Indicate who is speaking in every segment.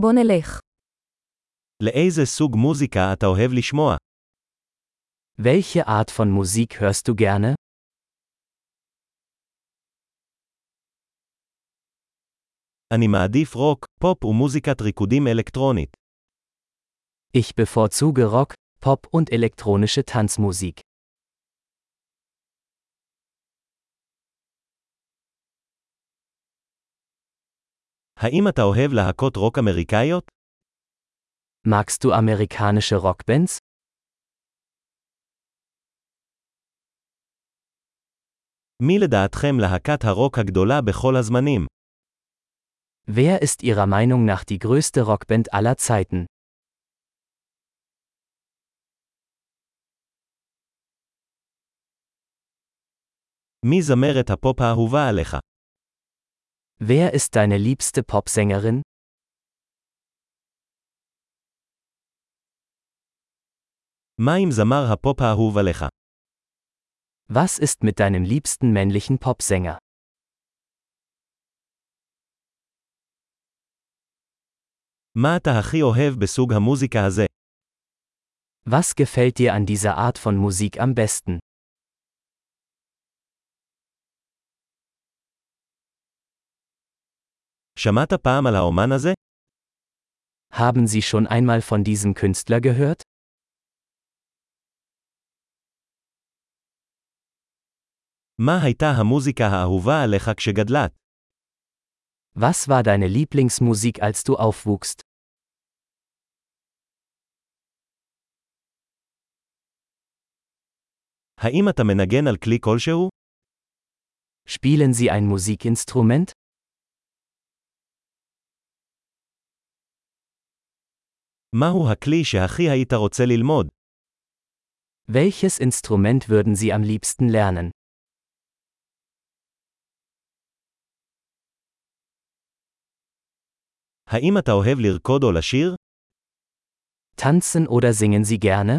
Speaker 1: בוא נלך.
Speaker 2: לאיזה סוג מוזיקה אתה אוהב לשמוע?
Speaker 3: Welche Art von Musik hörst du gerne?
Speaker 2: אני מעדיף רוק, פופ ומוזיקת ריקודים אלקטרונית.
Speaker 3: Ich bevorzuge Rock, Pop und elektronische Tanzmusik.
Speaker 2: האם אתה אוהב להקות רוק אמריקאיות?
Speaker 3: Magst du amerikanische Rockbands?
Speaker 2: מי לדעתכם להקת הרוק הגדולה בכל הזמנים?
Speaker 3: Wer ist Ihrer Meinung nach die größte Rockband aller Zeiten?
Speaker 2: מי זמרת הפופ האהובה עליך?
Speaker 3: Wer ist deine liebste Popsängerin?
Speaker 2: מה עם זמר הפופ האהוב עליך?
Speaker 3: Was ist mit deinem liebsten männlichen Popsänger?
Speaker 2: מה אתה הכי אוהב בסוג המוזיקה הזה?
Speaker 3: Was gefällt dir an dieser Art von Musik am besten?
Speaker 2: שמעת פעם על האומן הזה?
Speaker 3: Haben Sie schon einmal von diesem Künstler gehört?
Speaker 2: מה הייתה המוזיקה האהובה עליך כשגדלת?
Speaker 3: Was war deine Lieblingsmusik, als du aufwuchst?
Speaker 2: האם אתה מנגן על כלי כלשהו?
Speaker 3: Spielen Sie ein Musikinstrument?
Speaker 2: מהו הכלי שהכי היית רוצה ללמוד?
Speaker 3: Welches Instrument würden Sie am liebsten lernen?
Speaker 2: האם אתה אוהב לרקוד או לשיר?
Speaker 3: Tanzen oder singen Sie gerne?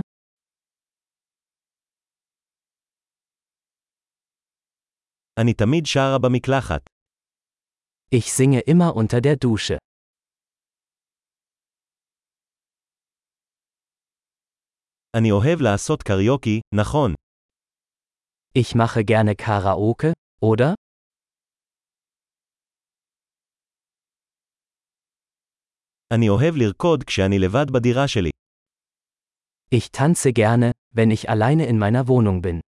Speaker 2: אני תמיד שרה במקלחת.
Speaker 3: Ich singe immer unter der Dusche.
Speaker 2: אני אוהב לעשות קריוקי, נכון.
Speaker 3: Ich mache gerne Karaoke, oder?
Speaker 2: אני אוהב לרקוד כשאני לבד בדירה שלי.
Speaker 3: Ich tanze gerne, wenn ich alleine in meiner Wohnung bin.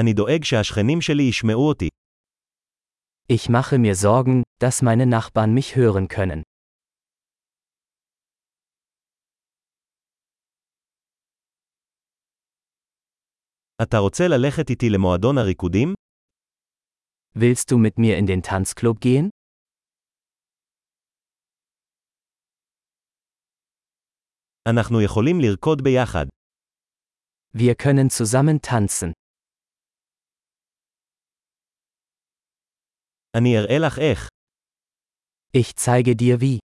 Speaker 2: אני דואג שהשכנים שלי ישמעו אותי.
Speaker 3: Ich mache mir Sorgen, dass meine Nachbarn mich hören können.
Speaker 2: אתה רוצה ללכת איתי למועדון הריקודים?
Speaker 3: Willst du mit mir in den Tanzclub gehen?
Speaker 2: אנחנו יכולים לרקוד ביחד.
Speaker 3: Wir können zusammen tanzen.
Speaker 2: אני אראה לך איך.
Speaker 3: Ich zeige dir wie.